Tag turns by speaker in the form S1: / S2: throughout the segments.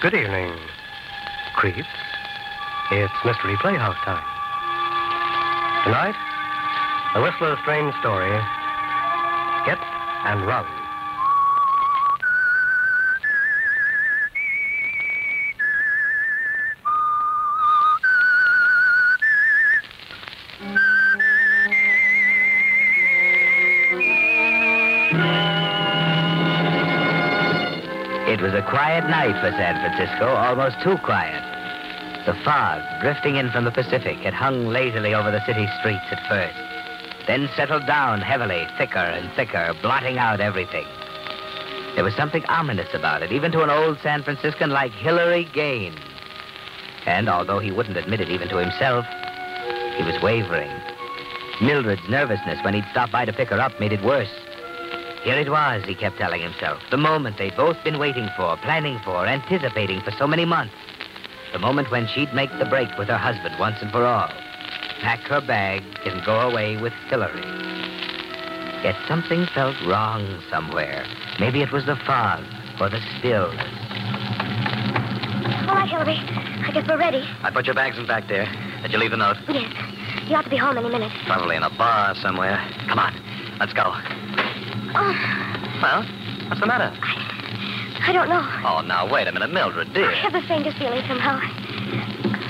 S1: Good evening, creeps. It's Mystery Playhouse time. Tonight, The Whistler's Strange Story Get and Run.
S2: It was a quiet night for San Francisco, almost too quiet. The fog, drifting in from the Pacific, had hung lazily over the city streets at first, then settled down heavily, thicker and thicker, blotting out everything. There was something ominous about it, even to an old San Franciscan like Hilary Gaines. And although he wouldn't admit it even to himself, he was wavering. Mildred's nervousness when he'd stopped by to pick her up made it worse. Here it was, he kept telling himself. The moment they'd both been waiting for, planning for, anticipating for so many months. The moment when she'd make the break with her husband once and for all. Pack her bag and go away with Hillary. Yet something felt wrong somewhere. Maybe it was the fog or the stillness.
S3: All right, Hillary. I guess we're ready.
S4: I put your bags in back there. Did you leave a note?
S3: Yes. You ought to be home any minute.
S4: Probably in a bar somewhere. Come on, let's go.
S3: Oh,
S4: Well, what's the matter?
S3: I don't know.
S4: Oh, now wait a minute, Mildred, dear.
S3: I have the faintest feeling somehow.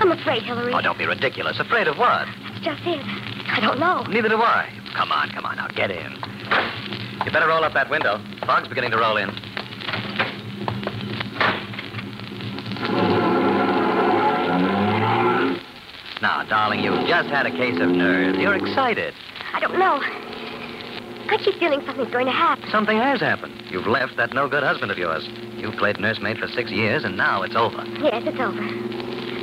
S3: I'm afraid, Hillary.
S4: Oh, don't be ridiculous. Afraid of what?
S3: That's just it. I don't know.
S4: Oh, Neither do I. Come on, come on, now get in. You better roll up that window. Fog's beginning to roll in. Now, darling, you've just had a case of nerves. You're excited.
S3: I don't know. I keep feeling something's going to happen.
S4: Something has happened. You've left that no good husband of yours. You've played nursemaid for six years, and now it's over.
S3: Yes, it's over.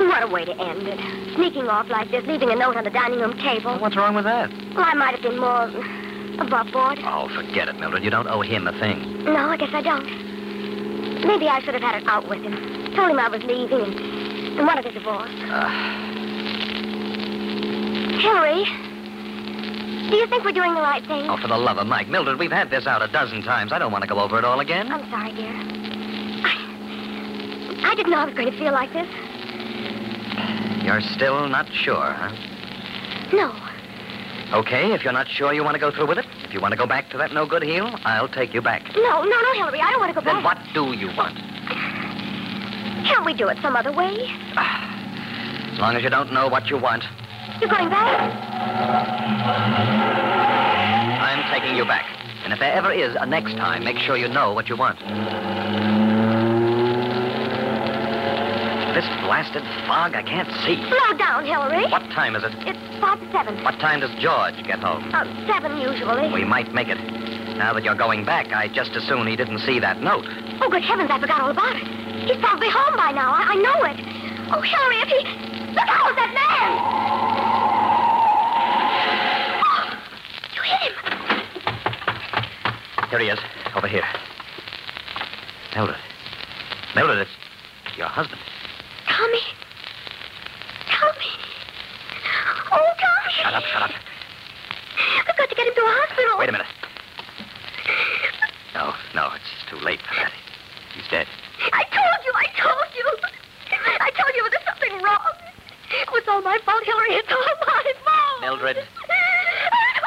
S3: What a way to end it. Sneaking off like this, leaving a note on the dining room table.
S4: What's wrong with that?
S3: Well, I might have been more uh, above board.
S4: Oh, forget it, Mildred. You don't owe him a thing.
S3: No, I guess I don't. Maybe I should have had it out with him. Told him I was leaving and, and wanted a divorce.
S4: Uh,
S3: Hillary, do you think we're doing the right thing?
S4: oh, for the love of Mike. Mildred, we've had this out a dozen times. I don't want to go over it all again.
S3: I'm sorry, dear. I, I didn't know I was going to feel like this.
S4: You're still not sure, huh?
S3: No.
S4: Okay, if you're not sure you want to go through with it, if you want to go back to that no good heel, I'll take you back.
S3: No, no, no, Hillary. I don't want to go
S4: Then
S3: back.
S4: what do you want?
S3: Can't we do it some other way?
S4: As long as you don't know what you want,
S3: You're going back?
S4: I'm taking you back. And if there ever is a next time, make sure you know what you want. This blasted fog, I can't see.
S3: Slow down, Hillary.
S4: What time is it?
S3: It's five to seven.
S4: What time does George get home?
S3: Uh, seven usually.
S4: We might make it. Now that you're going back, I just as soon he didn't see that note.
S3: Oh, good heavens, I forgot all about it. He's probably home by now. I, I know it. Oh, Hillary, if he... Look out, it's that man! Oh, you hit him.
S4: Here he is. Over here. Mildred. Mildred, it's your husband.
S3: Tommy. Tommy. Oh, Tommy.
S4: Shut up, shut up.
S3: I've got to get him to a hospital.
S4: Wait a minute. No, no, it's too late for that. He's dead.
S3: I told you, I told you. I told you there's something wrong. It was all my fault, Hillary. It's all my fault.
S4: Mildred. Mildred.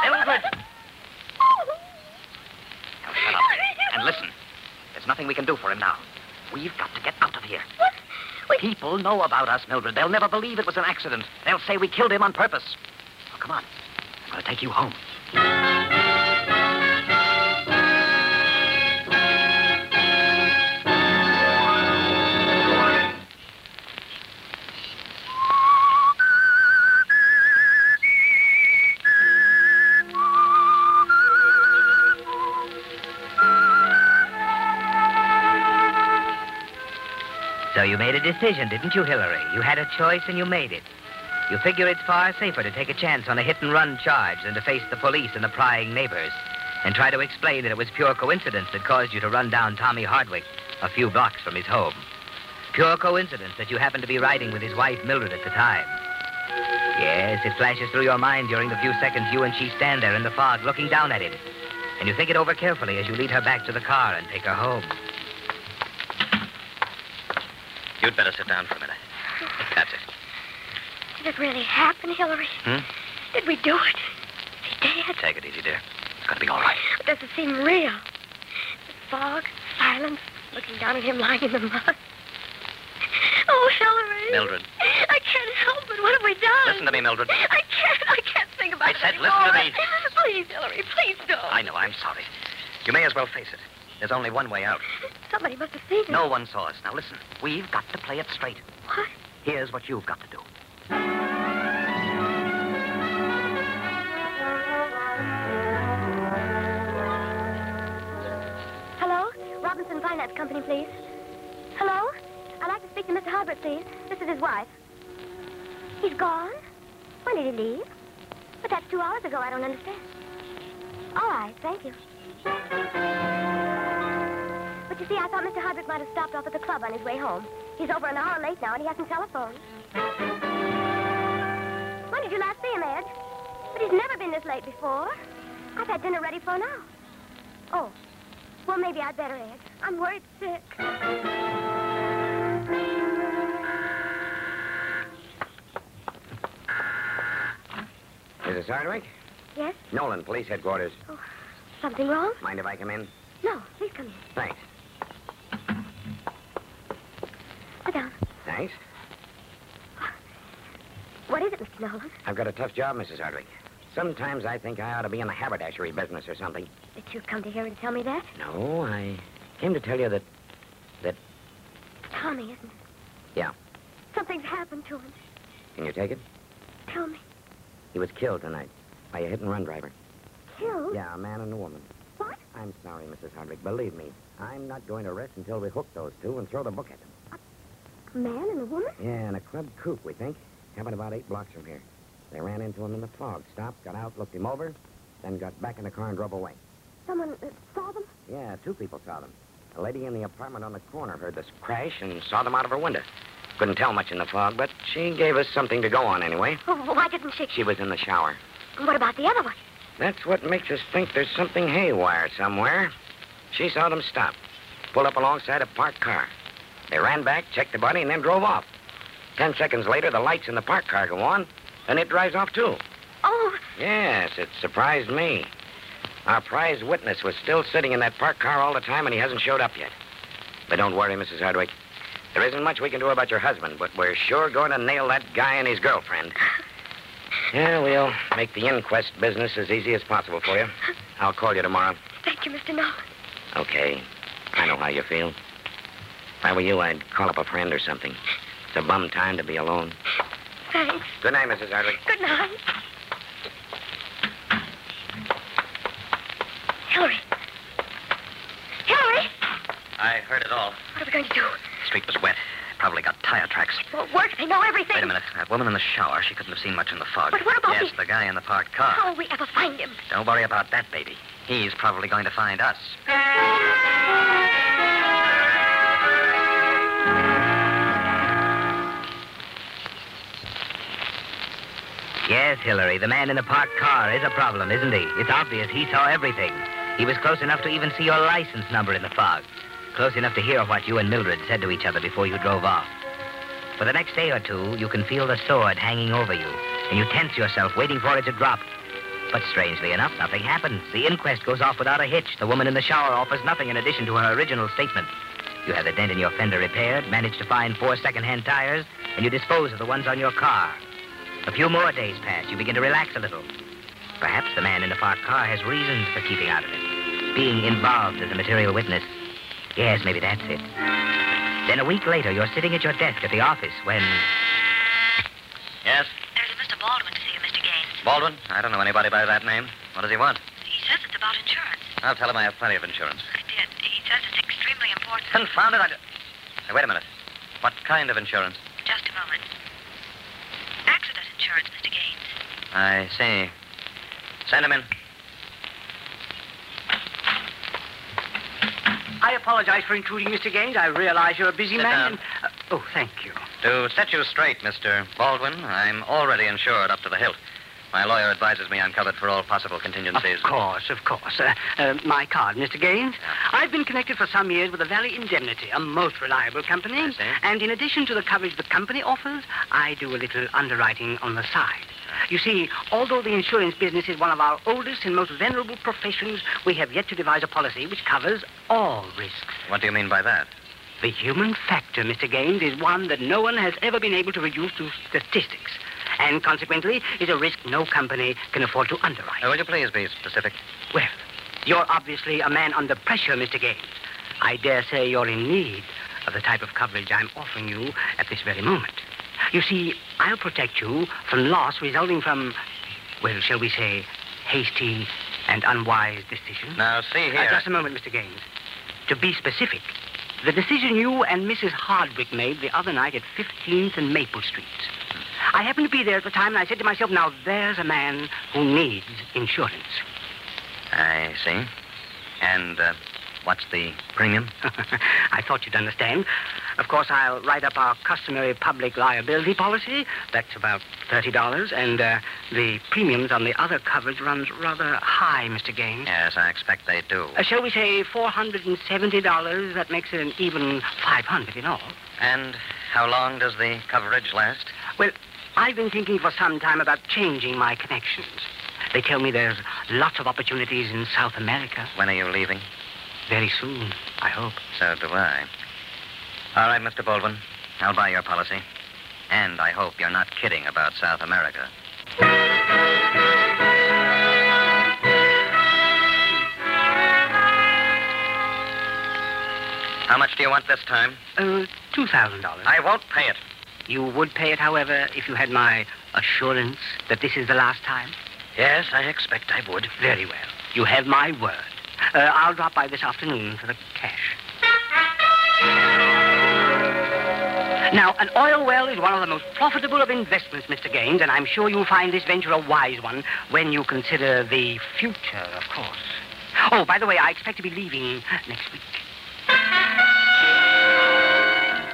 S3: Mildred.
S4: Now shut up. And listen. There's nothing we can do for him now. We've got to get out of here.
S3: What? Wait.
S4: People know about us, Mildred. They'll never believe it was an accident. They'll say we killed him on purpose. Now, come on. I'm going to take you home.
S2: So you made a decision, didn't you, Hillary? You had a choice and you made it. You figure it's far safer to take a chance on a hit and run charge than to face the police and the prying neighbors and try to explain that it was pure coincidence that caused you to run down Tommy Hardwick a few blocks from his home. Pure coincidence that you happened to be riding with his wife, Mildred, at the time. Yes, it flashes through your mind during the few seconds you and she stand there in the fog looking down at him. And you think it over carefully as you lead her back to the car and take her home.
S4: You'd better sit down for a minute. That's it.
S3: Did it really happen, Hillary?
S4: Hmm?
S3: Did we do it? He did.
S4: Take it easy, dear. It's going to be all right.
S3: But does it seem real? The fog, silence, looking down at him lying in the mud. Oh, Hillary.
S4: Mildred.
S3: I can't help it. What have we done?
S4: Listen to me, Mildred.
S3: I can't. I can't think about
S4: I
S3: it.
S4: said listen
S3: anymore.
S4: to me.
S3: Please, Hillary, please don't.
S4: I know. I'm sorry. You may as well face it. There's only one way out.
S3: Somebody must have seen it.
S4: No one saw us. Now listen. We've got to play it straight.
S3: What?
S4: Here's what you've got to do.
S3: Hello? Robinson Finance Company, please. Hello? I'd like to speak to Mr. Harbert, please. This is his wife. He's gone? When did he leave? But that's two hours ago. I don't understand. All right, thank you. But you see, I thought Mr. Harbert might have stopped off at the club on his way home. He's over an hour late now, and he hasn't telephoned. When did you last see him, Ed? But he's never been this late before. I've had dinner ready for an hour. Oh, well, maybe I'd better, Ed. I'm worried sick.
S2: Mrs. Hardwick?
S3: Yes?
S2: Nolan, police headquarters.
S3: Oh, something wrong?
S2: Mind if I come in?
S3: No, please come in.
S2: Thanks.
S3: Sit down.
S2: Thanks.
S3: What is it, Mr. Nolan?
S2: I've got a tough job, Mrs. Hardwick. Sometimes I think I ought to be in the haberdashery business or something.
S3: That you've come to here and tell me that?
S2: No, I came to tell you that.
S3: Tommy, isn't it?
S2: Yeah.
S3: Something's happened to him.
S2: Can you take it?
S3: Tell me.
S2: He was killed tonight by a hit and run driver.
S3: Killed?
S2: Yeah, a man and a woman.
S3: What?
S2: I'm sorry, Mrs. Hardwick. Believe me, I'm not going to rest until we hook those two and throw the book at them.
S3: A man and a woman?
S2: Yeah, in a club coupe, we think. Happened about eight blocks from here. They ran into him in the fog, stopped, got out, looked him over, then got back in the car and drove away.
S3: Someone uh, saw them?
S2: Yeah, two people saw them. A lady in the apartment on the corner heard this crash and saw them out of her window. Couldn't tell much in the fog, but she gave us something to go on anyway.
S3: Oh, why didn't she?
S2: She was in the shower.
S3: What about the other one?
S2: That's what makes us think there's something haywire somewhere. She saw them stop, pull up alongside a parked car. They ran back, checked the body, and then drove off. Ten seconds later, the lights in the parked car go on, and it drives off too.
S3: Oh,
S2: Yes, it surprised me. Our prize witness was still sitting in that parked car all the time, and he hasn't showed up yet. But don't worry, Mrs. Hardwick. There isn't much we can do about your husband, but we're sure going to nail that guy and his girlfriend. Yeah, we'll make the inquest business as easy as possible for you. I'll call you tomorrow.
S3: thank you, Mr. Nolan.
S2: Okay. I know how you feel. If I were you, I'd call up a friend or something. It's a bum time to be alone.
S3: Thanks.
S2: Good night, Mrs. Hardwick.
S3: Good night. Hillary. Hillary!
S4: I heard it all.
S3: What are we going to do?
S4: The street was wet. Probably got tire tracks.
S3: Well, work, they know everything.
S4: Wait a minute. That woman in the shower, she couldn't have seen much in the fog.
S3: But what about Oh,
S4: Yes,
S3: the-
S4: the guy in the parked car.
S3: How will we ever find him?
S4: Don't worry about that, baby. He's probably going to find us.
S2: Yes, Hillary, the man in the parked car is a problem, isn't he? It's obvious he saw everything. He was close enough to even see your license number in the fog. Close enough to hear what you and Mildred said to each other before you drove off. For the next day or two, you can feel the sword hanging over you, and you tense yourself, waiting for it to drop. But strangely enough, nothing happens. The inquest goes off without a hitch. The woman in the shower offers nothing in addition to her original statement. You have the dent in your fender repaired, manage to find four second-hand tires, and you dispose of the ones on your car. A few more days pass. You begin to relax a little. Perhaps the man in the parked car has reasons for keeping out of it, being involved as a material witness. Yes, maybe that's it. Then a week later, you're sitting at your desk at the office when.
S4: Yes?
S5: There's a Mr. Baldwin to see you, Mr. Gaines.
S4: Baldwin? I don't know anybody by that name. What does he want?
S5: He says it's about insurance.
S4: I'll tell him I have plenty of insurance.
S5: I did. He says it's extremely important.
S4: Confound it, I... d- Hey, wait a minute. What kind of insurance?
S5: Just a moment. Accident insurance, Mr. Gaines.
S4: I see. Send him in.
S6: I apologize for intruding, Mr. Gaines. I realize you're a busy
S4: Sit
S6: man.
S4: down.
S6: and- uh, oh, thank you.
S4: To set you straight, Mr. Baldwin, I'm already insured up to the hilt. My lawyer advises me I'm covered for all possible contingencies.
S2: Of course, of course. Uh, uh, my card, Mr. Gaines. I've been connected for some years with the Valley Indemnity, a most reliable company.
S4: I see.
S2: And in addition to the coverage the company offers, I do a little underwriting on the side. You see, although the insurance business is one of our oldest and most venerable professions, we have yet to devise a policy which covers all risks.
S4: What do you mean by that?
S2: The human factor, Mr. Gaines, is one that no one has ever been able to reduce to statistics, and consequently is a risk no company can afford to underwrite.
S4: Uh, will you please be specific?
S2: Well, you're obviously a man under pressure, Mr. Gaines. I dare say you're in need of the type of coverage I'm offering you at this very moment. You see, I'll protect you from loss resulting from, well, shall we say, hasty and unwise decisions.
S4: Now, see
S2: Uh,
S4: here.
S2: just a moment, Mr. Gaines. To be specific, the decision you and Mrs. Hardwick made the other night at 15th and Maple Streets.
S4: Hmm.
S2: I happened to be there at the time, and I said to myself, now there's a man who needs insurance.
S4: I see. And uh, what's the premium?
S2: I thought you'd understand. Of course, I'll write up our customary public liability policy. That's about $30, and uh, the premiums on the other coverage runs rather high, Mr. Gaines.
S4: Yes, I expect they do.
S2: Uh, shall we say $470? That makes it an even 500 in all.
S4: And how long does the coverage last?
S2: Well, I've been thinking for some time about changing my connections. They tell me there's lots of opportunities in South America.
S4: When are you leaving?
S2: Very soon, I hope.
S4: So do I. All right, Mr. Baldwin. I'll buy your policy. And I hope you're not kidding about South America. How much do you want this time?
S2: Uh, $2,000.
S4: I won't pay it.
S2: You would pay it, however, if you had my assurance that this is the last time?
S4: Yes, I expect I would.
S2: Very well. You have my word. Uh, I'll drop by this afternoon for the cash. Now, an oil well is one of the most profitable of investments, Mr. Gaines, and I'm sure you'll find this venture a wise one when you consider the future, of course. Oh, by the way, I expect to be leaving next week.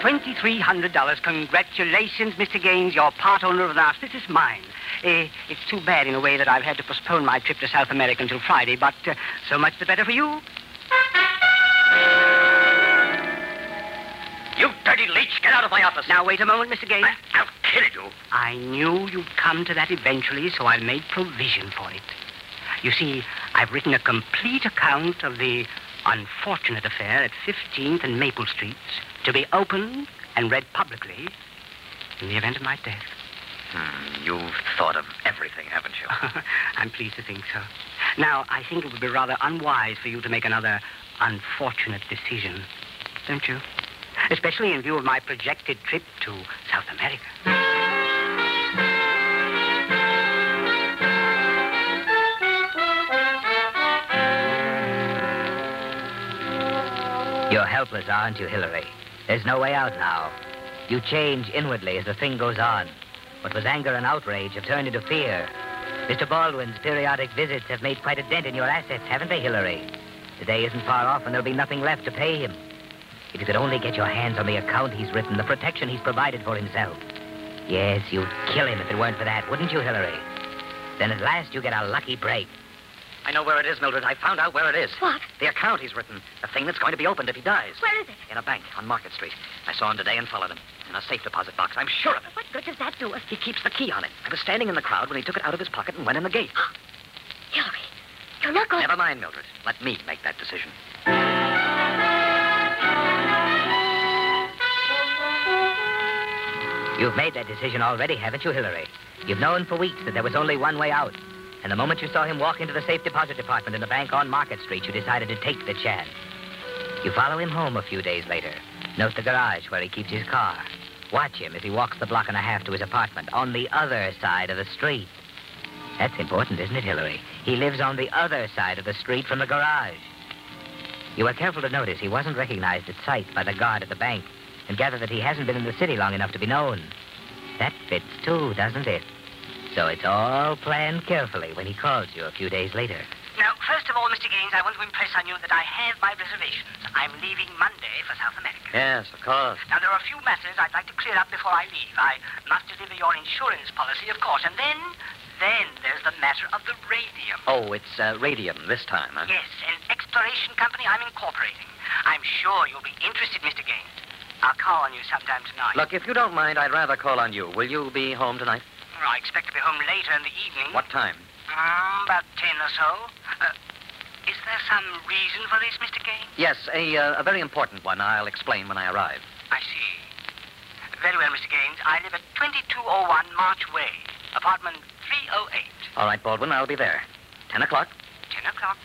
S2: $2,300. Congratulations, Mr. Gaines. You're part owner of an auspicious mine. Eh, it's too bad in a way that I've had to postpone my trip to South America until Friday, but uh, so much the better for you.
S4: You dirty leech! Get out of my office!
S2: Now, wait a moment, Mr. Gaines.
S4: I'll kill you.
S2: I knew you'd come to that eventually, so I made provision for it. You see, I've written a complete account of the unfortunate affair at 15th and Maple Streets to be opened and read publicly in the event of my death.
S4: Hmm, you've thought of everything, haven't you?
S2: I'm pleased to think so. Now, I think it would be rather unwise for you to make another unfortunate decision, don't you? Especially in view of my projected trip to South America.
S7: You're helpless, aren't you, Hillary? There's no way out now. You change inwardly as the thing goes on. What was anger and outrage have turned into fear. Mr. Baldwin's periodic visits have made quite a dent in your assets, haven't they, Hillary? The day isn't far off, and there'll be nothing left to pay him. If you could only get your hands on the account he's written, the protection he's provided for himself. Yes, you'd kill him if it weren't for that, wouldn't you, Hillary? Then at last you get a lucky break.
S4: I know where it is, Mildred. I found out where it is.
S3: What?
S4: The account he's written. The thing that's going to be opened if he dies.
S3: Where is it?
S4: In a bank on Market Street. I saw him today and followed him. In a safe deposit box. I'm sure of it.
S3: What good does that do us?
S4: He keeps the key on it. I was standing in the crowd when he took it out of his pocket and went in the gate.
S3: Hillary, you're not going
S4: Never mind, Mildred. Let me make that decision.
S7: You've made that decision already, haven't you, Hillary? You've known for weeks that there was only one way out. And the moment you saw him walk into the safe deposit department in the bank on Market Street, you decided to take the chance. You follow him home a few days later. Note the garage where he keeps his car. Watch him as he walks the block and a half to his apartment on the other side of the street. That's important, isn't it, Hillary? He lives on the other side of the street from the garage. You were careful to notice he wasn't recognized at sight by the guard at the bank and gather that he hasn't been in the city long enough to be known. That fits too, doesn't it? So it's all planned carefully when he calls you a few days later.
S2: Now, first of all, Mr. Gaines, I want to impress on you that I have my reservations. I'm leaving Monday for South America.
S4: Yes, of course.
S2: Now, there are a few matters I'd like to clear up before I leave. I must deliver your insurance policy, of course, and then
S5: then there's the matter of the radium.
S4: Oh, it's uh, radium this time, huh?
S5: Yes, an exploration company I'm incorporating. I'm sure you'll be interested, Mr. Gaines. I'll call on you sometime tonight.
S4: Look, if you don't mind, I'd rather call on you. Will you be home tonight?
S5: Well, I expect to be home later in the evening.
S4: What time?
S5: Mm, about ten or so. Uh, is there some reason for this, Mr. Gaines?
S4: Yes, a, uh, a very important one. I'll explain when I arrive.
S5: I see. Very well, Mr. Gaines. I live at 2201 March Way, apartment 308.
S4: All right, Baldwin, I'll be there. Ten o'clock.
S5: Ten o'clock.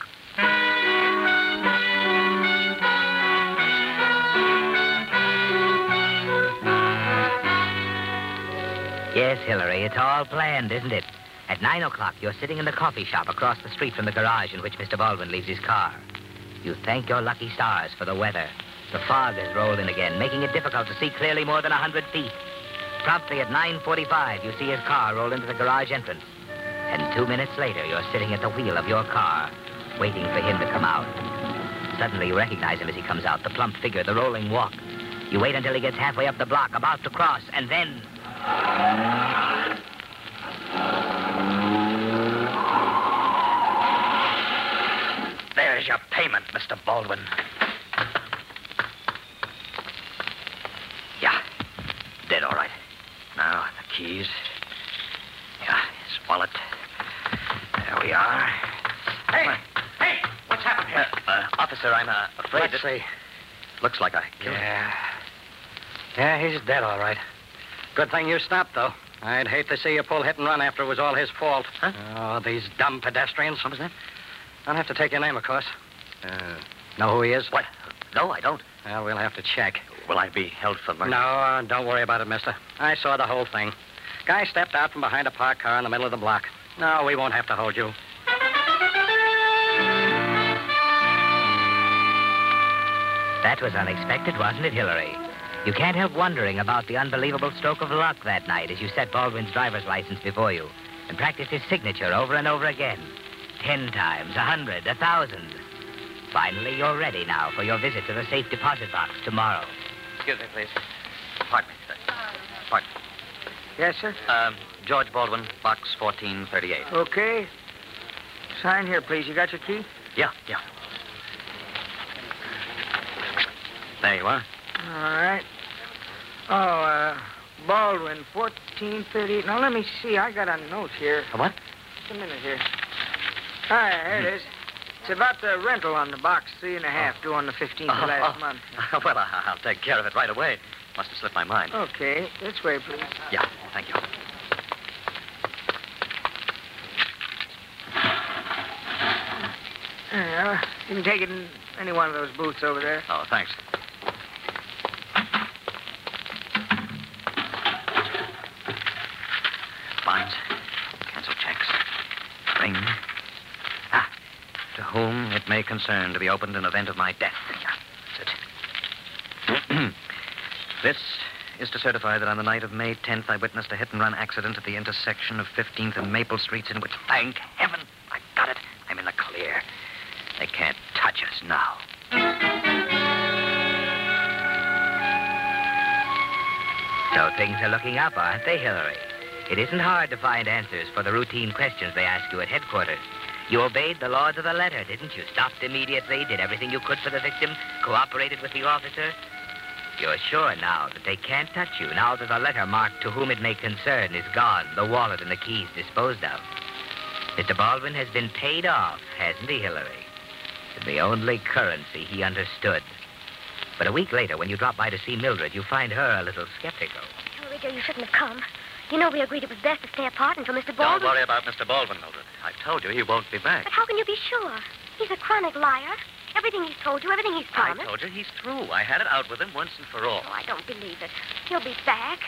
S2: Yes, Hillary, it's all planned, isn't it? At nine o'clock, you're sitting in the coffee shop across the street from the garage in which Mr. Baldwin leaves his car. You thank your lucky stars for the weather. The fog has rolled in again, making it difficult to see clearly more than a hundred feet. Promptly at 9.45, you see his car roll into the garage entrance. And two minutes later, you're sitting at the wheel of your car, waiting for him to come out. Suddenly, you recognize him as he comes out, the plump figure, the rolling walk. You wait until he gets halfway up the block, about to cross, and then...
S4: There's your payment, Mr. Baldwin. Yeah, did all right. Now, the keys. Yeah, his wallet. There we are.
S6: Hey,
S4: Uh,
S6: hey, what's happened
S4: Uh,
S6: here?
S4: uh, officer, I'm uh, afraid
S1: Let's
S4: that...
S1: see.
S4: Looks like I killed him.
S1: Yeah. Yeah, he's dead, all right. Good thing you stopped, though. I'd hate to see you pull hit and run after it was all his fault.
S4: Huh?
S1: Oh, these dumb pedestrians. What was that? I'll have to take your name, of course. Uh, know who he is?
S4: What? No, I don't.
S1: Well, we'll have to check.
S4: Will I be held for murder?
S1: No, uh, don't worry about it, mister. I saw the whole thing. Guy stepped out from behind a parked car in the middle of the block. No, we won't have to hold you.
S2: That was unexpected, wasn't it, Hillary? You can't help wondering about the unbelievable stroke of luck that night as you set Baldwin's driver's license before you and practiced his signature over and over again. Ten times, a hundred, a thousand. Finally, you're ready now for your visit to the safe deposit box tomorrow.
S4: Excuse me, please. Pardon me. sir. Pardon.
S1: Yes, sir.
S4: Um, George Baldwin, box 1438.
S1: Okay. Sign here, please. You got your key?
S4: Yeah, yeah. There you are.
S8: All right. Oh, uh, Baldwin, 1438. Now, let me see. I got a note here.
S4: A what?
S8: Just a minute here. All right, here it is. It's about the rental on the box, three and a half, due on the 15th of
S4: Oh,
S8: last
S4: oh.
S8: month.
S4: well, I- I'll take care of it right away. Must have slipped my mind.
S8: Okay, this way, please.
S4: Yeah, thank you.
S8: There you are. Uh, You can take it in any one of those booths over there.
S4: Oh, thanks. Bonds, cancel checks, ring. Ah, to whom it may concern to be opened in event of my death. Yeah, that's it. this is to certify that on the night of May 10th, I witnessed a hit-and-run accident at the intersection of 15th and Maple Streets in which, thank heaven, I got it. I'm in the clear. They can't touch us now.
S2: So things are looking up, aren't they, Hillary? It isn't hard to find answers for the routine questions they ask you at headquarters. You obeyed the law to the letter, didn't you? Stopped immediately, did everything you could for the victim, cooperated with the officer. You're sure now that they can't touch you, now that the letter marked to whom it may concern is gone, the wallet and the keys disposed of. Mr. Baldwin has been paid off, hasn't he, Hillary? The only currency he understood. But a week later, when you drop by to see Mildred, you find her a little skeptical.
S3: Hillary, you shouldn't have come. You know we agreed it was best to stay apart until Mr. Baldwin...
S4: Don't worry about Mr. Baldwin, Mildred. I've told you he won't be back.
S3: But how can you be sure? He's a chronic liar. Everything he's told you, everything he's
S4: I
S3: promised.
S4: told you he's through. I had it out with him once and for all.
S3: Oh, I don't believe it. He'll be back.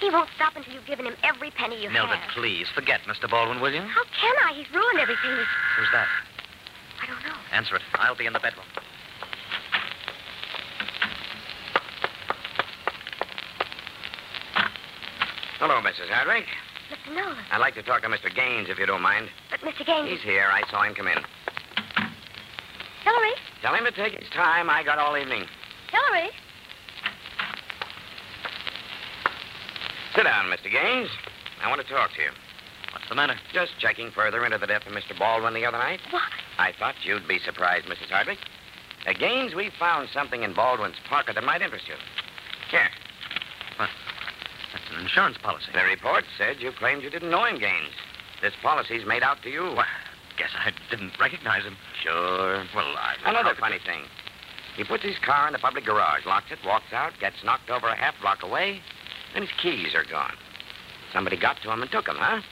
S3: He won't stop until you've given him every penny you
S4: Mildred,
S3: have.
S4: please forget Mr. Baldwin, will you?
S3: How can I? He's ruined everything. He's-
S4: Who's that?
S3: I don't know.
S4: Answer it. I'll be in the bedroom.
S6: Hello, Mrs. Hardwick.
S3: Mr. Nolan.
S6: I'd like to talk to Mr. Gaines, if you don't mind.
S3: But Mr. Gaines.
S6: He's here. I saw him come in.
S3: Hillary?
S6: Tell him to take his time. I got all evening.
S3: Hillary?
S6: Sit down, Mr. Gaines. I want to talk to you.
S4: What's the matter?
S2: Just checking further into the death of Mr. Baldwin the other night.
S3: Why?
S2: I thought you'd be surprised, Mrs. Hardwick. Uh, Gaines, we found something in Baldwin's pocket that might interest you. Here,
S4: That's an insurance policy.
S2: the report said you claimed you didn't know him, Gaines. This policy's made out to you.
S4: Well, guess I didn't recognize him.
S2: Sure.
S4: Well, I.
S2: Another funny thing. He puts his car in the public garage, locks it, walks out, gets knocked over a half block away, and his keys are gone. Somebody got to him and took them, huh?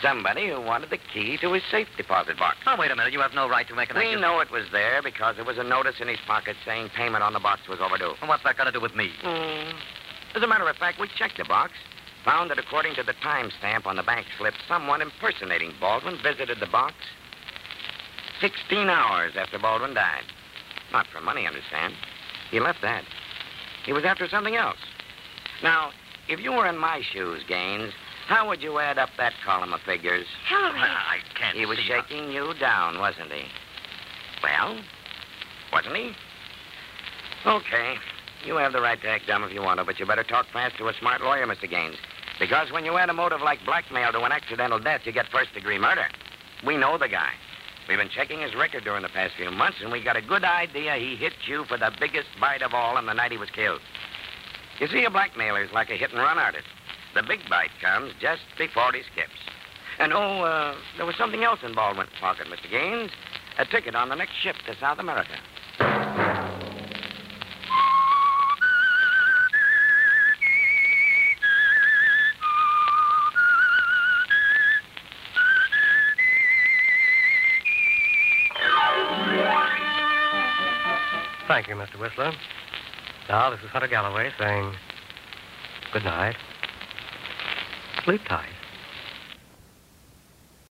S2: Somebody who wanted the key to his safe deposit box.
S4: Oh, wait a minute. You have no right to make an
S2: We
S4: accusation.
S2: know it was there because there was a notice in his pocket saying payment on the box was overdue.
S4: Well, What's that got to do with me?
S2: Mm. As a matter of fact, we checked the box, found that according to the timestamp on the bank slip, someone impersonating Baldwin visited the box 16 hours after Baldwin died. Not for money, understand. He left that. He was after something else. Now, if you were in my shoes, Gaines, how would you add up that column of figures?
S3: Hillary.
S4: I can't
S2: He was
S4: see how-
S2: shaking you down, wasn't he? Well, wasn't he? Okay. You have the right to act dumb if you want to, but you better talk fast to a smart lawyer, Mr. Gaines. Because when you add a motive like blackmail to an accidental death, you get first degree murder. We know the guy. We've been checking his record during the past few months, and we got a good idea he hit you for the biggest bite of all on the night he was killed. You see, a blackmailer's like a hit and run artist. The big bite comes just before he skips. And oh, uh, there was something else in Baldwin's pocket, Mr. Gaines. A ticket on the next ship to South America.
S1: Thank you, Mr. Whistler. Now, this is Hunter Galloway saying good night. Sleep tight.